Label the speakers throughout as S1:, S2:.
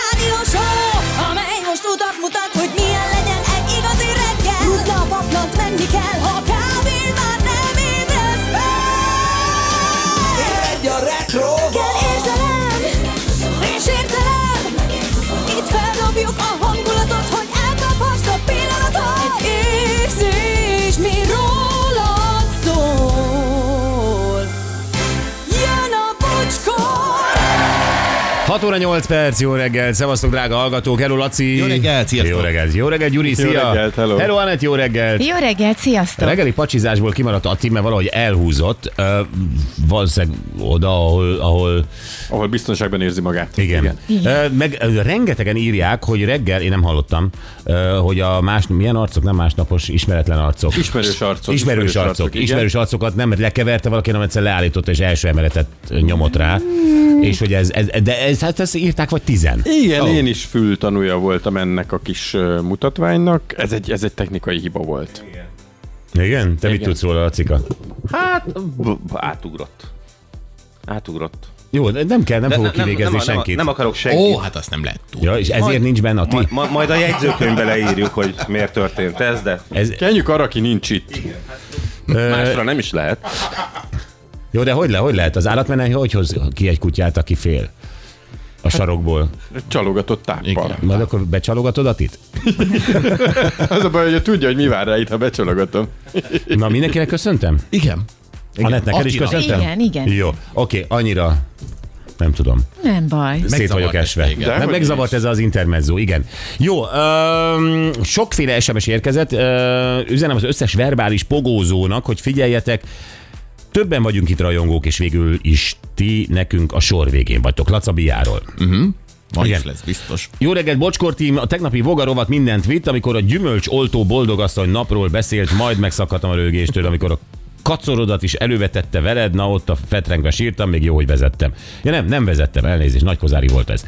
S1: rádió show, amely most utat mutat, hogy milyen legyen egy igazi reggel. Rutna a paplant, menni kell, ha kávén már nem ébresz fel.
S2: Egy a retro
S1: Kell érzelem, és értelem, itt feldobjuk a hangulatot, hogy elkaphast a pillanatot. Egy érzés, mi rólad szól. Jön a bocskor!
S3: 6 óra 8 perc, jó reggel, szevasztok drága hallgatók, hello Laci.
S4: Jó reggelt, sziasztok.
S3: Jó reggelt, jó reggelt, Gyuri,
S5: Jó
S3: szia.
S5: reggelt, hello.
S3: hello Anett, jó reggelt.
S6: Jó reggelt,
S3: A
S6: sziasztok!
S3: reggeli pacsizásból kimaradt Atti, mert valahogy elhúzott, ö, valószínűleg oda, ahol, ahol
S5: ahol biztonságban érzi magát.
S3: igen. Ö, meg ö, rengetegen írják, hogy reggel, én nem hallottam, ö, hogy a más, milyen arcok, nem másnapos, ismeretlen arcok.
S5: Ismerős arcok.
S3: Ismerős, arcok,
S5: igen.
S3: ismerős arcokat nem lekeverte valaki, hanem egyszer leállította és első emeletet nyomott rá. És hogy ez, ez de ez, hát ezt írták, vagy tizen.
S5: Igen, én is fültanúja voltam ennek a kis ö, mutatványnak. Ez egy, ez egy technikai hiba volt.
S3: Igen? Te mit tudsz róla, Lacika?
S4: Hát, b- b- átugrott. Átugrott.
S3: Jó, de nem kell, nem fogok
S4: nem,
S3: kivégezni
S4: nem,
S3: senkit.
S4: Nem, nem akarok senkit.
S2: Ó, hát azt nem lehet tudni.
S3: Ja, és ezért
S4: Majd-
S3: nincs benne a ti?
S4: Ma, ma, majd a jegyzőkönyvbe leírjuk, hogy miért történt ez, de
S3: Ez,
S5: Kenjük arra, aki nincs itt.
S4: másra nem is lehet.
S3: jó, de hogy, le, hogy lehet? Az állatmenő hogy hoz ki egy kutyát, aki fél? A sarokból.
S5: Csalogatott táppal.
S3: Majd akkor becsalogatod Atit?
S5: Az a baj, hogy tudja, hogy mi vár rá itt, ha becsalogatom.
S3: Na, mindenkinek köszöntem?
S2: Igen.
S3: Anett, neked is
S2: Attila.
S3: köszöntem?
S6: Igen, igen.
S3: Jó, oké, annyira nem tudom.
S6: Nem baj.
S3: Szét vagyok esve.
S2: igen.
S3: Nem
S5: Dehogy
S3: megzavart ez az intermezzo, igen. Jó, öm, sokféle SMS érkezett. Ö, üzenem az összes verbális pogózónak, hogy figyeljetek, többen vagyunk itt rajongók, és végül is ti nekünk a sor végén vagytok. Laca Biáról.
S2: Mhm. Ma
S3: Igen.
S2: is lesz biztos.
S3: Jó reggelt, Bocskor tím, a tegnapi vogarovat mindent vitt, amikor a gyümölcs oltó boldogasszony napról beszélt, majd megszakadtam a rögéstől, amikor a kacorodat is elővetette veled, na ott a fetrengve sírtam, még jó, hogy vezettem. Ja nem, nem vezettem, elnézést, nagy kozári volt ez.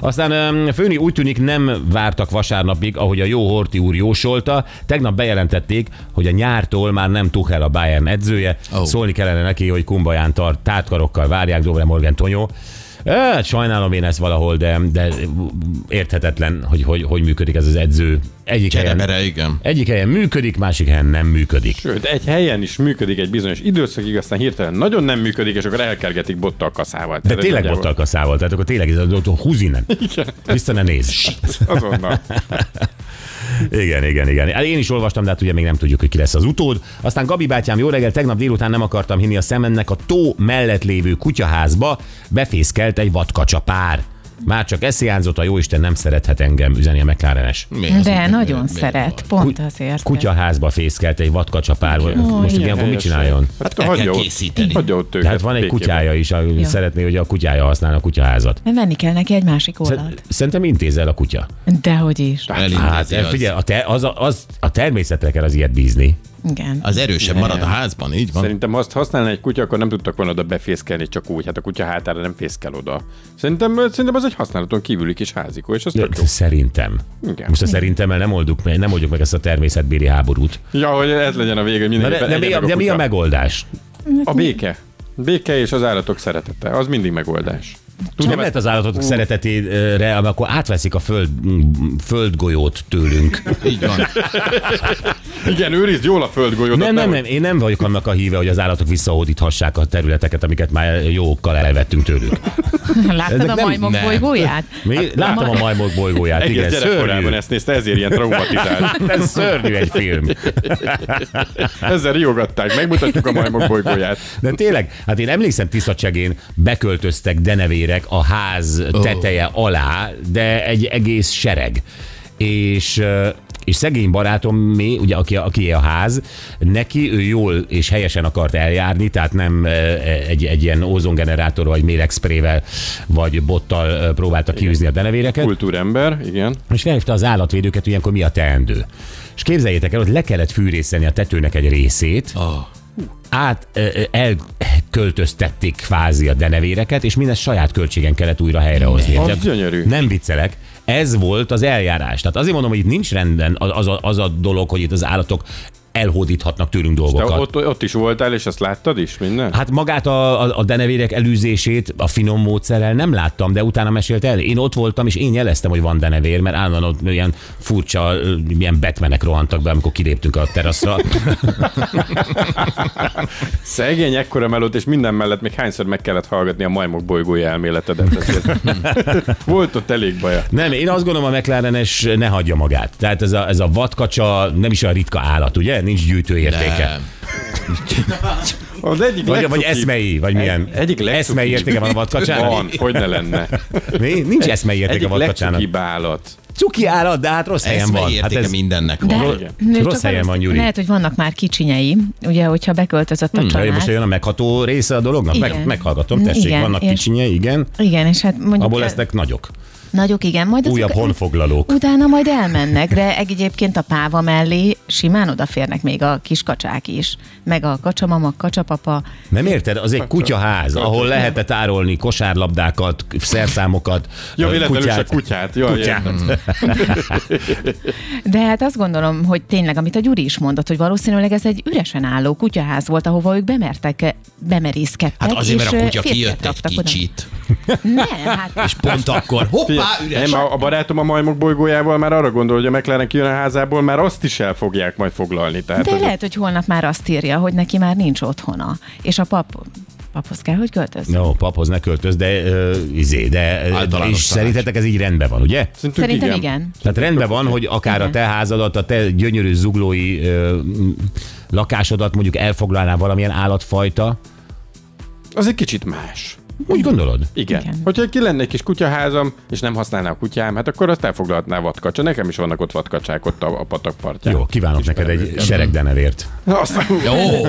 S3: Aztán öm, Főni úgy tűnik nem vártak vasárnapig, ahogy a jó Horti úr jósolta. Tegnap bejelentették, hogy a nyártól már nem Tuchel a Bayern edzője. Oh.
S2: Oh.
S3: Szólni kellene neki, hogy kumbaján tart, tátkarokkal várják Dobre Morgan Tonyó. Hát, sajnálom én ezt valahol, de, de érthetetlen, hogy, hogy hogy működik ez az edző. Egyik helyen,
S2: Cserebere, igen.
S3: egyik helyen működik, másik helyen nem működik.
S5: Sőt, egy helyen is működik egy bizonyos időszakig, aztán hirtelen nagyon nem működik, és akkor elkergetik bottal kaszával.
S3: De tényleg ott a kaszával, tehát akkor tényleg ez a a húz innen. Vissza ne néz.
S5: Azonnal.
S3: Igen, igen, igen. Hát Én is olvastam, de hát ugye még nem tudjuk, hogy ki lesz az utód. Aztán Gabi bátyám, jó reggel, tegnap délután nem akartam hinni a szememnek a tó mellett lévő kutyaházba, befészkelt egy vadkacsa pár. Már csak eszélyánzott, a jóisten nem szerethet engem, üzeni a McLarenes.
S2: Mi az,
S6: De
S2: hogy-
S6: nagyon
S2: miért
S6: szeret,
S2: van?
S6: pont azért.
S3: Kutyaházba fészkelt egy vadkacsa pár. Most igen, akkor mit csináljon?
S5: Hát
S2: El
S5: hagyja
S2: kell
S5: ott,
S2: készíteni.
S5: hagyja ott őket.
S3: Tehát van egy
S5: békében.
S3: kutyája is, a, szeretné, hogy a kutyája használna a kutyaházat. Hát,
S6: Nem venni kell neki egy másik oldalt.
S3: Szerintem intéz el a kutya.
S6: Dehogy is.
S3: Hát
S2: Elintézi
S3: az.
S2: az,
S3: figyelj, a, te, az, a, az, a természetre kell az ilyet bízni.
S6: Igen.
S2: az erősebb marad a házban, így van.
S5: Szerintem ha azt használna egy kutya, akkor nem tudtak volna oda befészkelni csak úgy, hát a kutya hátára nem fészkel oda. Szerintem, szerintem az egy használaton kívüli kis házikó, és az tök jó.
S3: Szerintem.
S5: Igen.
S3: Most a szerintemmel nem oldjuk, meg- nem oldjuk meg ezt a természetbéli háborút.
S5: Ja, hogy ez legyen a vége, hogy
S3: Na
S5: minden
S3: de, de, mi, a, de mi a megoldás?
S5: A béke. Béke és az állatok szeretete. Az mindig megoldás. hát
S3: nem lehet az állatok szeretetére, ami akkor átveszik a föld, mm, földgolyót tőlünk.
S2: Így van.
S5: Igen, őrizd jól a földgolyót.
S3: Nem,
S5: ott
S3: nem, nem, én nem vagyok annak a híve, hogy az állatok visszahódíthassák a területeket, amiket már jókkal elvettünk tőlük.
S6: Láttad
S3: ezek
S6: a
S3: nem-
S6: majmok
S2: nem.
S6: bolygóját? Hát,
S3: Mi? Láttam a majmok bolygóját, igen,
S5: Egész
S3: szörnyű.
S5: gyerekkorában ezt nézte, ezért ilyen traumatizált.
S3: Ez szörnyű egy film.
S5: Ezzel riogatták, megmutatjuk a majmok bolygóját.
S3: De tényleg, hát én emlékszem Tiszacsegén beköltöztek denevérek a ház teteje alá, de egy egész sereg. És ö, és szegény barátom, mi, ugye, aki, aki a ház, neki ő jól és helyesen akart eljárni, tehát nem ö, egy, egy ilyen ózongenerátor vagy mérexprével vagy bottal ö, próbálta kiűzni a denevéreket.
S5: Kultúrember, igen.
S3: És felhívta az állatvédőket, hogy ilyenkor mi a teendő. És képzeljétek el, hogy le kellett fűrészeni a tetőnek egy részét,
S2: Ah.
S3: át ö, ö, elköltöztették kvázi a denevéreket, és mindez saját költségen kellett újra helyrehozni.
S5: Az
S3: Tehát
S5: gyönyörű.
S3: Nem viccelek. Ez volt az eljárás. Tehát azért mondom, hogy itt nincs rendben az a, az a dolog, hogy itt az állatok elhódíthatnak tőlünk
S5: Te
S3: dolgokat.
S5: ott, ott is voltál, és azt láttad is minden?
S3: Hát magát a, a, a denevérek elűzését a finom módszerrel nem láttam, de utána mesélte el. Én ott voltam, és én jeleztem, hogy van denevér, mert állandóan ott ilyen furcsa, ö, ilyen betmenek rohantak be, amikor kiléptünk a teraszra.
S5: Szegény ekkora melót, és minden mellett még hányszor meg kellett hallgatni a majmok bolygója elméletedet. ezért. Volt ott elég baja.
S3: Nem, én azt gondolom, a McLarenes ne hagyja magát. Tehát ez a, ez a vadkacsa nem is olyan ritka állat, ugye? Nincs gyűjtőértéke.
S2: Nem.
S5: Az
S3: Vagy,
S5: egyik
S3: vagy
S5: legcukibb-
S3: eszmei, vagy milyen.
S5: egyik legcukibb-
S3: eszmei értéke van a vadkacsának?
S5: Van, hogy ne lenne.
S3: Mi? Nincs eszmei értéke
S5: Egyik
S3: a vadkacsának.
S5: legcukibb állat.
S3: Cuki állat, de hát rossz helyen
S2: Ez
S3: van. Hát
S2: értéke
S3: ez,
S2: mindennek van.
S5: Igen.
S6: Nő,
S3: Rossz
S6: csak
S3: helyen
S6: azt-
S3: van, Gyuri.
S6: Lehet, hogy vannak már kicsinyei, ugye, hogyha beköltözött a
S3: Ja,
S6: család.
S3: most jön a megható része a dolognak? Meg,
S6: hát- Igen.
S3: meghallgatom, tessék,
S6: Igen,
S3: vannak
S6: és-
S3: kicsinyei, igen,
S6: Igen, és hát mondjuk
S3: abból
S6: a-
S3: lesznek nagyok.
S6: nagyok, igen, majd
S3: Újabb
S6: azok-
S3: honfoglalók.
S6: Utána majd elmennek, de egy- egyébként a páva mellé simán odaférnek még a kis kacsák is, meg a kacsamama, kacsapapa.
S3: Nem érted? Az egy kutyaház, ahol lehetett árolni kosárlabdákat, szerszámokat,
S5: Jó,
S3: ö,
S5: véletlenül se kutyát. Jaj,
S3: Kutyát.
S5: értem.
S6: De hát azt gondolom, hogy tényleg, amit a Gyuri is mondott, hogy valószínűleg ez egy üresen álló kutyaház volt, ahova ők bemertek, bemerészkedtek.
S2: Hát azért, mert
S6: és,
S2: a kutya
S6: ö, férfiak
S2: kijött egy
S6: raktak oda.
S2: kicsit.
S6: Nem, hát
S2: És pont akkor, hoppá, üres.
S5: Nem, a, a barátom a majmok bolygójával már arra gondol, hogy a McLaren kijön a házából, már azt is el fogják majd foglalni. Tehát
S6: De
S5: az-
S6: lehet, hogy holnap már azt írja, hogy neki már nincs otthona, és a pap, paphoz kell, hogy költözzön.
S3: No, paphoz ne költöz, de uh, izé, de uh,
S2: Általános
S3: és
S2: tanács.
S3: szerintetek ez így rendben van, ugye?
S5: Szerintünk
S6: Szerintem igen.
S3: Tehát rendben van, hogy akár a te házadat, a te gyönyörű zuglói ö, m, lakásodat mondjuk elfoglalná valamilyen állatfajta.
S5: Az egy kicsit más.
S3: Úgy gondolod?
S5: Igen.
S6: Igen.
S5: igen. Hogyha ki lenne egy kis kutyaházam, és nem használná a kutyám, hát akkor azt elfoglalhatná vadkacsa. Nekem is vannak ott vadkacsák ott a, a patak partján.
S3: Jó, kívánok neked egy seregdenevért.
S5: Aztán,
S2: Ó,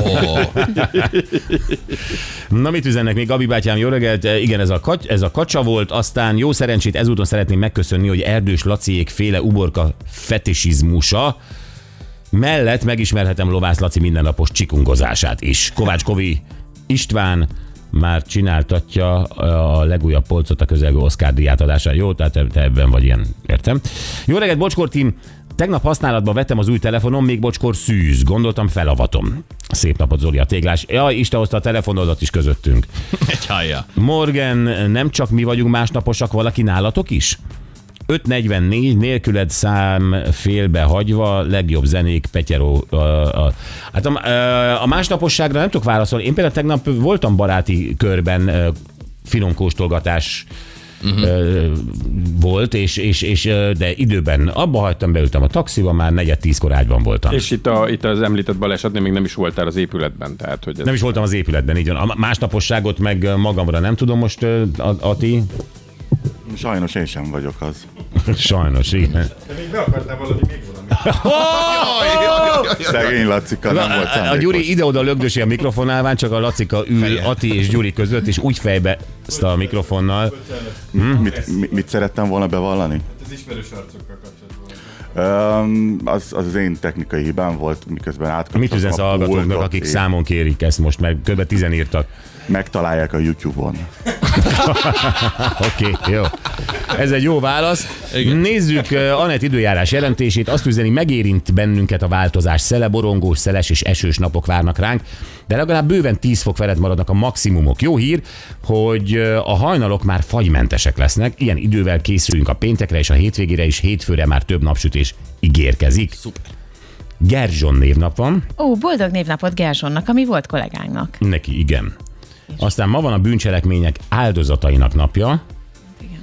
S3: Na mit üzennek még, Gabi bátyám, jó reggelt. E, Igen, ez a, kac, ez a kacsa volt, aztán jó szerencsét ezúton szeretném megköszönni, hogy Erdős Laciék féle uborka fetisizmusa mellett megismerhetem Lovász Laci mindennapos csikungozását is. Kovács Kovi István már csináltatja a legújabb polcot a közelgő Oscar díját adásán. Jó, tehát te te ebben vagy ilyen, értem. Jó reggelt, Bocskor team. Tegnap használatba vettem az új telefonom, még bocskor szűz. Gondoltam, felavatom. Szép napot, Zoli, a téglás. Jaj, Isten hozta a telefonodat is közöttünk.
S2: egy hallja.
S3: Morgan, nem csak mi vagyunk másnaposak, valaki nálatok is? 544 nélküled szám félbe hagyva, legjobb zenék, Petyeró. A, a, hát a, ö, a másnaposságra nem tudok válaszolni. Én például tegnap voltam baráti körben ö, finom kóstolgatás uh-huh. volt, és, és, és, ö, de időben abba hagytam, beültem a taxiba, már negyed tízkor ágyban voltam.
S5: és itt, a, itt az említett balesetnél még nem is voltál az épületben. Tehát, hogy ez...
S3: Nem is voltam az épületben, így van. A másnaposságot meg ö, magamra nem tudom most, ö, a, a ti?
S7: Sajnos én sem vagyok az.
S3: Sajnos, igen.
S7: Szegény Lacika nem volt
S3: A, a
S7: szándékos.
S3: Gyuri ide-oda lögdösi a mikrofonálván, csak a Lacika ül
S2: Feje.
S3: Ati és Gyuri között, és úgy fejbe szta a mikrofonnal.
S7: Hm? Mit, mi- mit szerettem volna bevallani? Öm, az, az az én technikai hibám volt, miközben átkaptam
S3: Mit üzensz a hallgatóknak, akik számon kérik ezt most, meg kb. tizen írtak.
S7: Megtalálják a YouTube-on.
S3: Oké, okay, jó. Ez egy jó válasz. Igen. Nézzük uh, Anett időjárás jelentését. Azt üzeni, megérint bennünket a változás. Szele, borongós, szeles és esős napok várnak ránk, de legalább bőven 10 fok felett maradnak a maximumok. Jó hír, hogy ö, a hajnalok már fagymentesek lesznek. Ilyen idővel készülünk a péntekre és a hétvégére is. Hétfőre már több napsütés ígérkezik. Szuper. Gerzson névnap van.
S6: Ó, boldog névnapot Gersonnak, ami volt kollégánknak.
S3: Neki igen. Aztán ma van a bűncselekmények áldozatainak napja.
S6: Igen.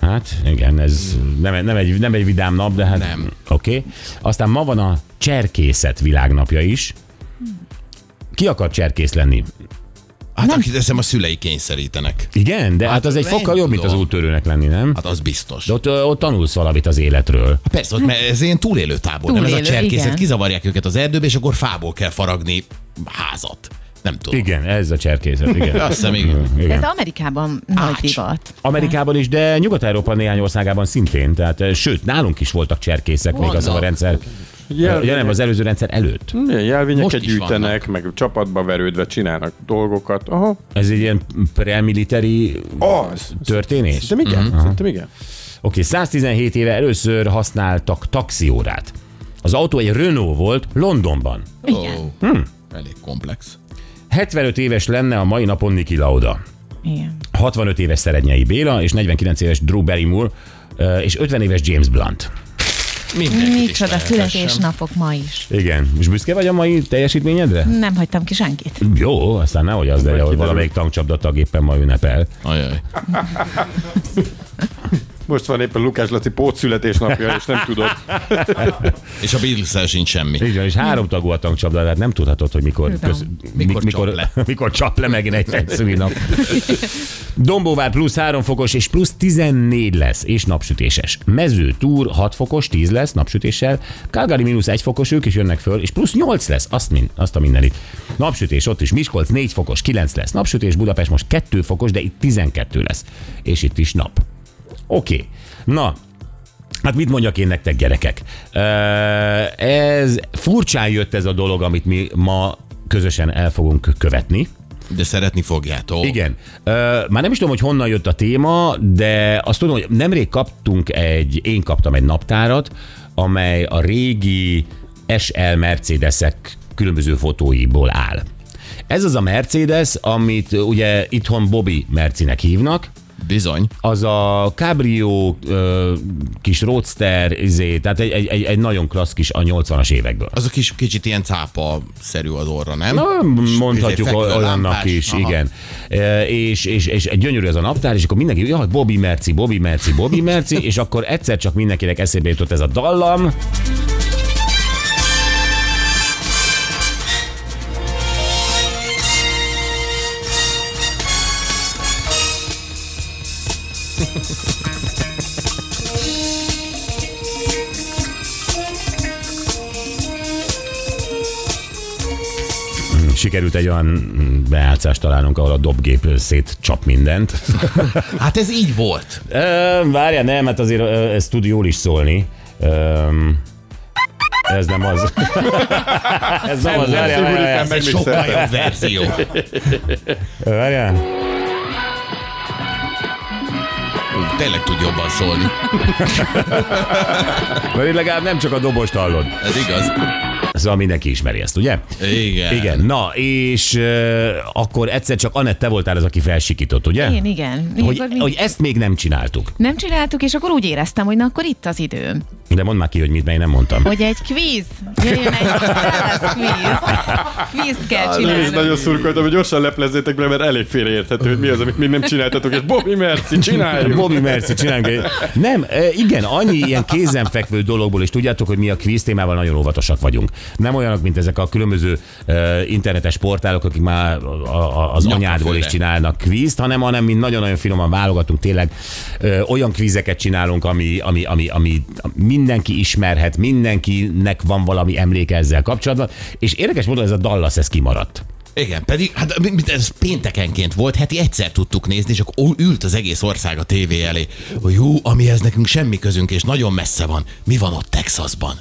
S3: Hát igen, ez nem, nem, egy, nem egy vidám nap, de hát
S2: Mm. Nem.
S3: oké. Okay. Aztán ma van a cserkészet világnapja is.
S6: Mm.
S3: Ki akar cserkész lenni?
S2: Hát akit hiszem, a szülei kényszerítenek.
S3: Igen, de hát,
S2: Hát
S3: az egy
S2: nem
S3: fokkal jobb, mint az
S2: tudom.
S3: úttörőnek lenni, nem?
S2: Hát az biztos.
S3: De ott, ö, ott tanulsz valamit az életről.
S2: Hát Persze, ott, mert ez ilyen túlélő tábor, nem ez a
S6: Túlélő,
S2: cserkészet,
S6: igen.
S2: kizavarják őket az erdőbe, és akkor fából kell faragni házat. Nem tudom.
S3: Igen, ez a cserkészet, igen.
S2: Azt hiszem, igen.
S6: De
S3: igen.
S6: ez Amerikában nagy divat.
S3: Amerikában is, de Nyugat-Európa néhány országában szintén. Tehát, ö, sőt, nálunk is voltak cserkészek, még az a
S2: Vannak.
S3: rendszer.
S5: Jel-
S3: Ja, nem, az előző rendszer előtt.
S5: Ilyen jelvényeket
S2: Most is
S5: gyűjtenek, meg csapatba verődve csinálnak dolgokat. Aha,
S3: Ez egy ilyen premiliteri
S5: az.
S3: történés?
S5: Szerintem igen, szerintem igen.
S3: Oké, 117 éve először használtak taxiórát. Az autó egy Renault volt Londonban.
S6: Igen.
S2: Ó, hm. Elég komplex.
S3: 75 éves lenne a mai napon Niki Lauda.
S6: Igen.
S3: 65 éves Szerednyei Béla, és 49 éves Drew Barrymore, ö, és 50 éves James Blunt.
S2: Mindenkit is
S6: Micsoda
S2: tehetessem.
S6: születésnapok ma is.
S3: Igen. És büszke vagy a mai teljesítményedre?
S6: Nem hagytam ki senkit.
S3: Jó, aztán nehogy az legyen, hogy
S5: kiderül.
S3: valamelyik tankcsapda tag éppen ma ünnepel.
S2: Ajaj.
S5: Most van éppen Lukás Laci pót születésnapja, és nem tudod.
S2: És a beatles sincs semmi.
S3: Így van, és háromtagú a tankcsapda, tehát nem tudhatod, hogy mikor,
S6: Tudom.
S2: Mikor csap le.
S3: mikor csap le megint egy fegyszűri nap. Dombóvár plusz 3 fokos, és plusz 14 lesz, és napsütéses. Mező, túr 6 fokos, 10 lesz napsütéssel. Calgary mínusz 1 fokos, ők is jönnek föl, és plusz 8 lesz, azt, min, azt a mindenit. Napsütés ott is, Miskolc 4 fokos, 9 lesz napsütés, Budapest most 2 fokos, de itt 12 lesz, és itt is nap. Oké. Okay. Na, Hát mit mondjak én nektek, gyerekek? Ö, Ez furcsán jött ez a dolog, amit mi ma közösen el fogunk követni.
S2: De szeretni fogjátok.
S3: Igen. Ö, Már nem is tudom, hogy honnan jött a téma, de azt tudom, hogy nemrég kaptunk egy, én kaptam egy naptárat, amely a régi SL Mercedesek különböző fotóiból áll. Ez az a Mercedes, amit ugye itthon Bobby Mercinek hívnak,
S2: Bizony.
S3: az a Cabrio ö, kis roadster, izé, tehát egy, egy, egy, egy nagyon klassz kis a 80-as évekből.
S2: Az a kis kicsit ilyen cápa-szerű az orra, nem?
S3: Na, mondhatjuk
S2: fekvő
S3: olyannak
S2: lámpás.
S3: is,
S2: Aha.
S3: igen. E, és, és, és egy gyönyörű ez a naptár, és akkor mindenki, jaj, Bobby Merci, Bobby Merci, Bobby Merci, és akkor egyszer csak mindenkinek eszébe jutott ez a dallam. Sikerült egy olyan mm, beátszást találnunk, ahol a dobgép szétcsap mindent.
S2: Hát ez így volt.
S3: Ö, várjál, nem, hát azért ö, ez tud jól is szólni. Ö, ez nem az. ez nem az, várjál, várjál, várjál.
S2: Ez egy sokkal jobb verzió.
S3: várjál.
S2: Tényleg tud jobban szólni.
S3: Mert legalább nem csak a dobost hallod.
S2: Ez igaz.
S3: Szóval mindenki ismeri ezt, ugye?
S2: Igen.
S3: Igen, na, és ö, akkor egyszer csak Anett, te voltál az, aki felsikított, ugye?
S6: Én igen.
S3: Hogy,
S6: Mikor mi-
S3: hogy ezt még nem csináltuk.
S6: Nem csináltuk, és akkor úgy éreztem, hogy na akkor itt az időm,
S3: De mondd már ki, hogy mit, mert én nem mondtam.
S6: hogy egy kvíz. Jöjjön egy Dallas kvíz. Kvízt kell
S5: Nem is
S6: csinálni.
S5: nagyon szurkoltam, hogy gyorsan leplezzétek be, mert elég félreérthető, hogy mi az, amit mi nem csináltatok, és Bobby Merci, csináljuk!
S3: Bobby Merci, csináljunk egy... Nem, e, igen, annyi ilyen kézenfekvő dologból, és tudjátok, hogy mi a kvíz témával nagyon óvatosak vagyunk. Nem olyanok, mint ezek a különböző e, internetes portálok, akik már a, a, az
S2: Nyakafőre.
S3: anyádból is csinálnak kvízt, hanem, hanem mi nagyon-nagyon finoman válogatunk, tényleg e, olyan kvízeket csinálunk, ami, ami, ami, ami mindenki ismerhet, mindenkinek van valami emléke ezzel kapcsolatban, és érdekes módon ez a Dallas, ez kimaradt.
S2: Igen, pedig hát mi- mi- ez péntekenként volt, heti egyszer tudtuk nézni, és akkor ült az egész ország a tévé elé, hogy jó, amihez nekünk semmi közünk, és nagyon messze van. Mi van ott Texasban?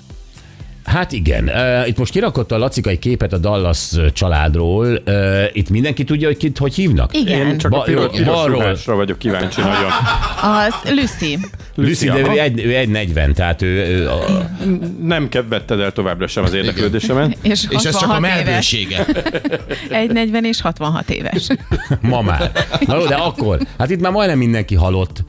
S3: Hát igen, Ö, itt most kirakott a Lacika egy képet a Dallas családról. Ö, Itt mindenki tudja, hogy kit hogy hívnak?
S5: Én
S6: Igen,
S5: csak a
S3: Ba-
S5: piros,
S3: jó,
S5: piros
S3: balról.
S5: ruhásra vagyok kíváncsi nagyon.
S6: az Lucy.
S3: Lucy, de ő
S5: Lucia,
S3: egy, ő egy 40, tehát ő, ő a,
S5: nem kedvetted el továbbra sem az érdeklődésemet.
S6: És,
S2: És ez csak a
S6: 66 éves.
S2: melbősége.
S6: Egy 40 és 66 éves.
S3: ma már. Na jó, de akkor, hát itt már majdnem mindenki halott.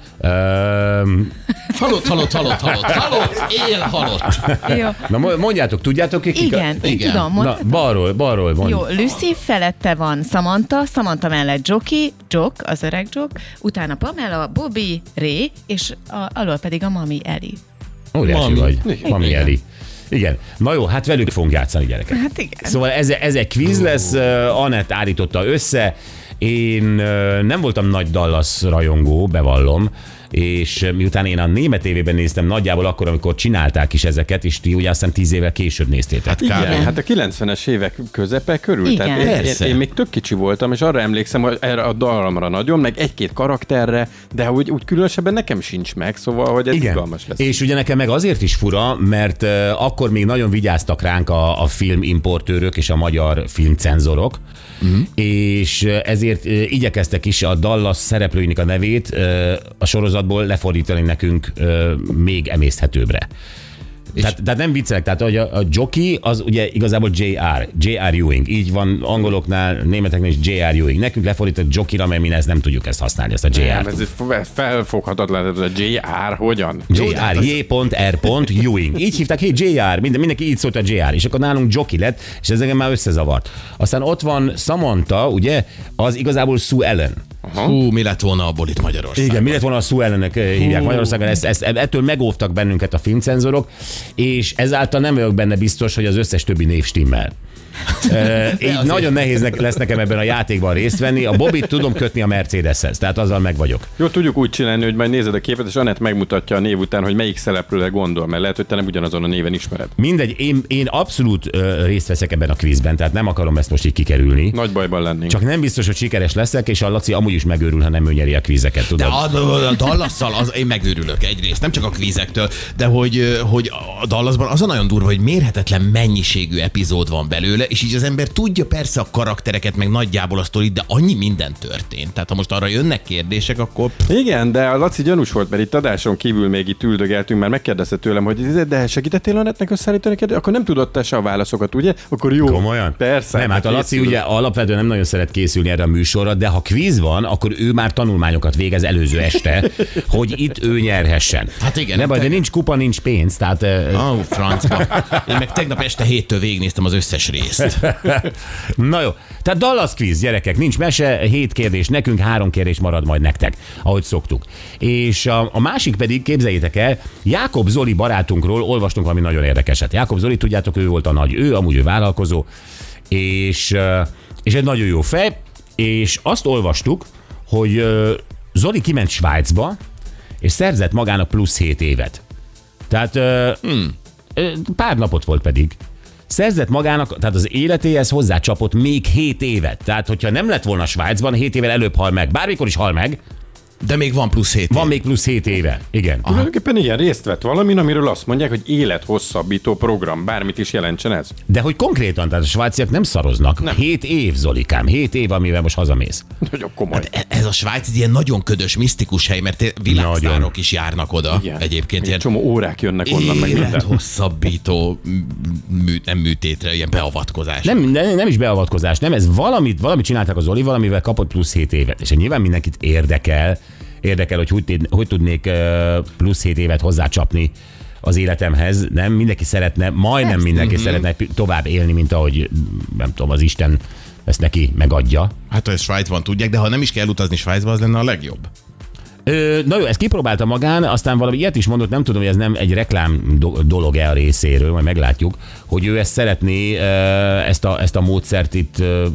S3: Öm,
S2: Halott, halott, halott, halott, halott, él, halott.
S6: Jó.
S3: Na mo- mondjátok, tudjátok ki? kik a-
S6: Igen, én
S2: Igen.
S6: tudom,
S3: Na,
S6: mondtad.
S3: balról, balról van.
S6: Jó, Lucy felette van Samantha, Samantha mellett Joki, Jok, az öreg Jok, utána Pamela, Bobby, Ray, és a, alól pedig a mami Eli.
S3: Óriási
S2: Mami.
S3: vagy.
S2: Igen.
S3: Mami Eli. Igen. Na jó, hát velük fogunk játszani, gyerekek.
S6: Hát igen.
S3: Szóval ez, ez egy kvíz lesz, uh, Anett állította össze. Én uh, nem voltam nagy Dallas rajongó, bevallom, és ö, miután én a német tévében néztem nagyjából akkor, amikor csinálták is ezeket, és ti ugye aztán tíz évvel később néztétek. Hát,
S5: Igen, hát a 90-es évek közepe körül.
S6: Igen.
S5: Tehát én,
S2: Persze.
S5: én, én, még tök kicsi voltam, és arra emlékszem, hogy erre a dallamra nagyon, meg egy-két karakterre, de úgy, úgy különösebben nekem sincs meg, szóval, hogy ez izgalmas lesz.
S3: És ugye nekem meg azért is fura, mert ö, akkor még nagyon vigyáztak ránk a, a filmimportőrök és a magyar filmcenzorok,
S5: Mhm.
S3: mm. és ö, ezért ö, igyekeztek is a Dallas szereplőinek a nevét ö, a sorozatból lefordítani nekünk ö, még emészthetőbbre. Tehát, tehát nem viccelek, tehát hogy a, a jockey az ugye igazából JR, JR Ewing, így van angoloknál, németeknél is JR Ewing. Nekünk lefordított jockeyra, mert mi ezt nem tudjuk ezt használni, ezt a
S5: Nem,
S3: JR.
S5: ez egy felfoghatatlan, ez a JR hogyan?
S3: JR, J.R. Ewing. Így hívták, hé, JR, minden, mindenki így szólt a JR, és akkor nálunk Joki lett, és ez engem már összezavart. Aztán ott van Samantha, ugye, az igazából Sue Ellen.
S2: Hú, mi lett volna abból itt Magyarország?
S3: Igen, mi lett volna a Sue Ellenek eh, hívják Magyarországon, ezt, ezt, ettől megóvtak bennünket a filmcenzorok, és ezáltal nem vagyok benne biztos, hogy az összes többi név stimmel. E, így nagyon nehéz ne- lesz nekem ebben a játékban részt venni. A Bobit tudom kötni a Mercedeshez, tehát azzal meg vagyok.
S5: Jó, tudjuk úgy csinálni, hogy majd nézed a képet, és Anett megmutatja a név után, hogy melyik szereplőre gondol, mert lehet, hogy te nem ugyanazon a néven ismered.
S3: Mindegy, én, én abszolút ö, részt veszek ebben a kvízben, tehát nem akarom ezt most így kikerülni.
S5: Nagy bajban lennénk.
S3: Csak nem biztos, hogy sikeres leszek, és a Laci amúgy is megőrül, ha nem ő nyeri a kvízeket,
S2: De
S3: tudod?
S2: a, a- a Dallasszal az, én megőrülök egyrészt, nem csak a kvízektől, de hogy, hogy a Dallasban az a nagyon durva, hogy mérhetetlen mennyiségű epizód van belőle, és így az ember tudja persze a karaktereket, meg nagyjából a sztorit, de annyi minden történt. Tehát ha most arra jönnek kérdések, akkor pff,
S5: Igen, de a Laci gyanús volt, mert itt adáson kívül még itt üldögeltünk, mert megkérdezte tőlem, hogy izé, de segítettél Anettnek összeállítani a kérdést? Akkor nem tudott te se a válaszokat, ugye? Akkor jó.
S3: Komolyan?
S5: Persze.
S3: Nem, hát a Laci
S5: készülök.
S3: ugye alapvetően nem nagyon szeret készülni erre a műsorra, de ha kvíz van, akkor ő már tanulmányokat végez előző este, hogy itt ő nyerhessen.
S2: Hát igen,
S3: Ne baj, de
S2: te-
S3: nincs kupa, nincs pénz, tehát ö,
S2: Ó, francba. Én meg tegnap este héttől végignéztem az összes részt.
S3: Na jó, tehát Dallas quiz, gyerekek, nincs mese, hét kérdés nekünk, három kérdés marad majd nektek, ahogy szoktuk. És a, a másik pedig, képzeljétek el, Jákob Zoli barátunkról olvastunk valami nagyon érdekeset. Jákob Zoli, tudjátok, ő volt a nagy, ő amúgy ő vállalkozó, és, ö, és egy nagyon jó fej, és azt olvastuk, hogy ö, Zoli kiment Svájcba, és szerzett magának plusz 7 évet. Tehát ö, ö, pár napot volt pedig. Szerzett magának, tehát az életéhez hozzácsapott még 7 évet. Tehát, hogyha nem lett volna Svájcban, 7 évvel előbb hal meg. Bármikor is hal meg,
S2: De még van plusz hét.
S3: van még plusz 7 éve. Igen. Aha.
S5: Tulajdonképpen igen, részt vett valamin, amiről azt mondják, hogy élethosszabbító program, bármit is jelentsen ez.
S3: De hogy konkrétan, tehát a svájciak nem szaroznak. Nem. 7 év, Zolikám, 7 év, amivel most hazamész.
S5: Nagyon komoly. Hát,
S2: e- Ez a Svájc egy ilyen nagyon ködös, misztikus hely, mert té-
S3: Nagyon.
S2: világsztárok is járnak oda. Egyébként ilyen
S5: Egy csomó órák jönnek onnan meg minden.
S2: Élet hosszabbító, mű, nem műtétre, ilyen beavatkozás.
S3: Nem, nem, nem is beavatkozás, nem ez valamit, valamit csináltak az Oli, valamivel kapott plusz 7 évet. És nyilván mindenkit érdekel, érdekel, hogy hogy, tud- hogy tudnék ö, plusz 7 évet hozzácsapni az életemhez, nem? Mindenki szeretne, majdnem Persze. mindenki mm-hmm. szeretne pi- tovább élni, mint ahogy, nem tudom, az Isten ezt neki megadja.
S2: Hát, ha ez Svájcban tudják, de ha nem is kell utazni Svájcba, az lenne a legjobb.
S3: Ö, na jó, ezt kipróbálta magán, aztán valami ilyet is mondott, nem tudom, hogy ez nem egy reklám do- dolog-e a részéről, majd meglátjuk, hogy ő ezt szeretné, ö, ezt a, ezt a módszert itt ö,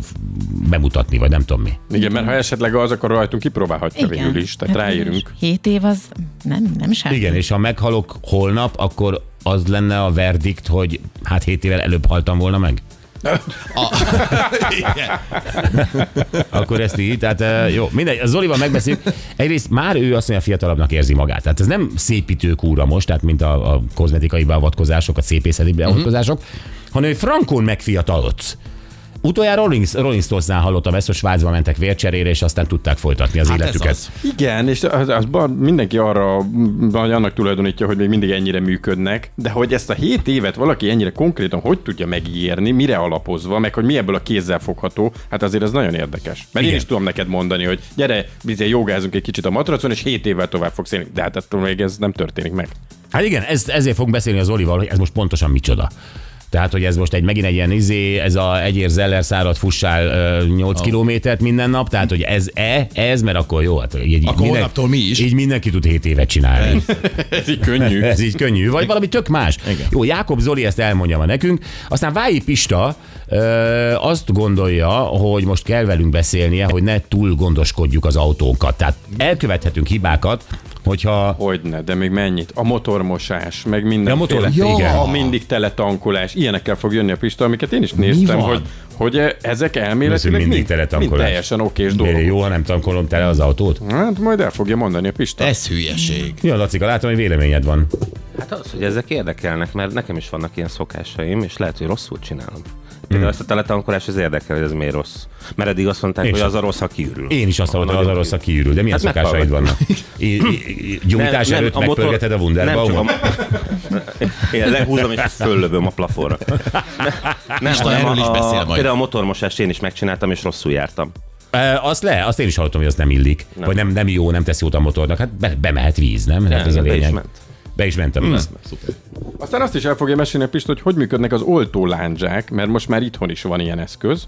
S3: bemutatni, vagy nem tudom mi.
S5: Igen, mert ha esetleg az, akkor rajtunk kipróbálhatja végül is, tehát
S6: Hát
S5: ráérünk.
S6: Hét év az nem, nem semmi.
S3: Igen, és ha meghalok holnap, akkor az lenne a verdikt, hogy hát 7 évvel előbb haltam volna meg?
S2: Igen.
S3: Akkor ezt így, tehát ö, jó, mindegy, a Zolival megbeszéljük. Egyrészt már ő azt mondja, fiatalabbnak érzi magát. Tehát ez nem szépítő kúra most, tehát mint a, a kozmetikai beavatkozások, a
S2: Mhm.
S3: szépészeti beavatkozások, hanem hogy frankon megfiatalodsz. Utoljára Rolling, Rolling Stones-nál hallottam ezt, hogy Svájcba mentek vércserére, és aztán tudták folytatni az
S2: Hát ez
S3: életüket.
S2: az.
S5: Igen, és az, az bar, mindenki arra, vagy annak tulajdonítja, hogy még mindig ennyire működnek, de hogy ezt a hét évet valaki ennyire konkrétan hogy tudja megírni, mire alapozva, meg hogy mi ebből a kézzel fogható, hát azért ez nagyon érdekes. Mert Igen. én
S3: Igen.
S5: is tudom neked mondani, hogy gyere, bizony jogázunk egy kicsit a matracon, és hét évvel tovább fogsz élni. De hát attól még ez nem történik meg.
S3: Hát igen, ez, ezért fogunk beszélni az Olival, hogy ez most pontosan micsoda. Tehát, hogy ez most egy megint egy ilyen izé, ez a egyér zeller szárad fussál ö, 8 oh. kilométert minden nap, tehát, hogy ez e, ez, mert akkor jó. Hát, így,
S2: Akkor holnaptól mi is.
S3: Így mindenki tud 7 évet csinálni.
S5: Ez így könnyű.
S3: Ez így könnyű, vagy valami tök más. Igen. Jó, Jákob Zoli ezt elmondja ma nekünk. Aztán Vályi Pista ö, azt gondolja, hogy most kell velünk beszélnie, hogy ne túl gondoskodjuk az autónkat. Tehát elkövethetünk hibákat, hogyha
S5: Hogyne, de még mennyit? A motormosás, meg minden.
S3: motor- Ja. igen.
S5: A mindig teletankolás. Ilyenekkel fog jönni a Pista, amiket én is néztem,
S2: van?
S5: hogy, hogy e- ezek elméletileg
S3: mindig
S5: mind- mind
S3: teletankolás.
S5: teljesen okés
S3: Miért
S5: dolgok.
S3: jó, ha nem tankolom tele az autót?
S4: Hm.
S2: E-
S5: Hát majd el fogja mondani a Pista.
S2: Ez hülyeség.
S3: Jó, Lacika, látom, hogy véleményed van.
S4: Hát az, hogy ezek érdekelnek, mert nekem is vannak ilyen szokásaim, és lehet, hogy rosszul csinálom.
S3: Hmm.
S4: Például ezt a teletankolás az érdekel, hogy ez miért rossz. Mert eddig azt mondták,
S3: Én
S4: hogy
S3: sem.
S4: az a rossz, ha kiürül.
S3: Én is azt hallottam, az a rossz, a kiürül. De milyen
S4: Hát
S3: szokásaid vannak? I- i- i- Gyújtás
S4: Nem, nem,
S3: előtt
S4: a motor-
S3: megpörgeted a
S4: Nem,
S3: Wunderbaumot?
S4: csak a... Én lehúzom és föllövöm a plafonra. Nem,
S2: Isten, erről is beszél majd.
S4: Például a motormosást én is megcsináltam, és rosszul jártam.
S3: E, Azt le, azt én is hallottam, hogy az nem illik. Nem. Vagy nem, nem jó, nem tesz jót a motornak. Hát be, bemehet víz, nem? Hát ez a
S4: be is Hm.
S3: lényeg.
S4: ment.
S3: Be is mentem. Mm.
S5: Aztán azt is el fogja mesélni a Pista, hogy hogy működnek az oltólándzsák, mert most már itthon is van ilyen eszköz.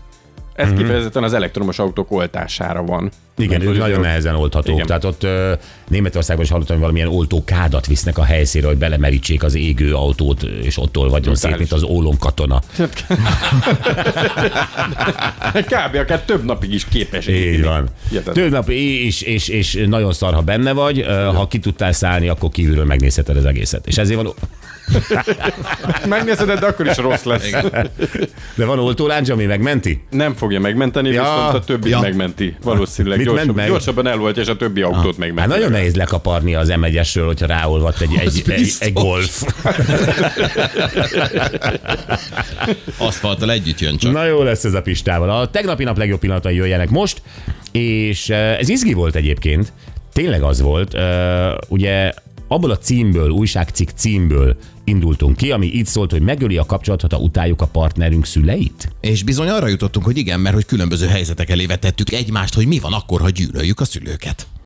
S5: Ez
S3: Mhm.
S5: mm-hmm. kifejezetten az elektromos autók oltására van.
S3: Igen,
S5: Mert
S3: ők
S5: hogy
S3: nagyon
S5: ők-
S3: nehezen oldhatók. Igen.
S5: Igen.
S3: Tehát ott ö, Németországban is hallottam, hogy valamilyen oltókádat visznek a helyszínre, hogy belemerítsék az égő autót, és ott olvadjon szét, mint az ólomkatona.
S5: Kb. akár több napig is képes.
S3: Így van.
S5: Hihetetlen.
S3: Több nap, és, és, és nagyon szar, ha benne vagy, ö, ha ki tudtál szállni, akkor kívülről megnézheted az egészet. És ezért van,
S5: Megnézed, de akkor is rossz lesz.
S3: de van oltóláncs, ami megmenti?
S5: Nem fogja megmenteni,
S3: Ja.
S5: ja, viszont a többit
S2: Ja.
S5: ja. megmenti. Valószínűleg
S3: Mit ment
S5: gyorsabban,
S3: meg?
S5: gyorsabban elvolt, és a többi autót
S3: Hát
S5: megmenti.
S3: nagyon nehéz lekaparni az m 1 hogyha ráolvadt egy, egy, egy,
S2: biztos.
S3: egy golf.
S2: Aszfalttal együtt jön csak.
S3: Na jó lesz ez a Pistával. A tegnapi nap legjobb pillanatai jöjjenek most, és eh, ez izgi volt egyébként. Tényleg az volt. eh, Ugye abból a címből, újságcikk címből indultunk ki, ami így szólt, hogy megöli a kapcsolatot, ha utáljuk a partnerünk szüleit.
S2: És bizony arra jutottunk, hogy igen, mert hogy különböző helyzetek elé vetettük egymást, hogy mi van akkor, ha gyűlöljük a szülőket.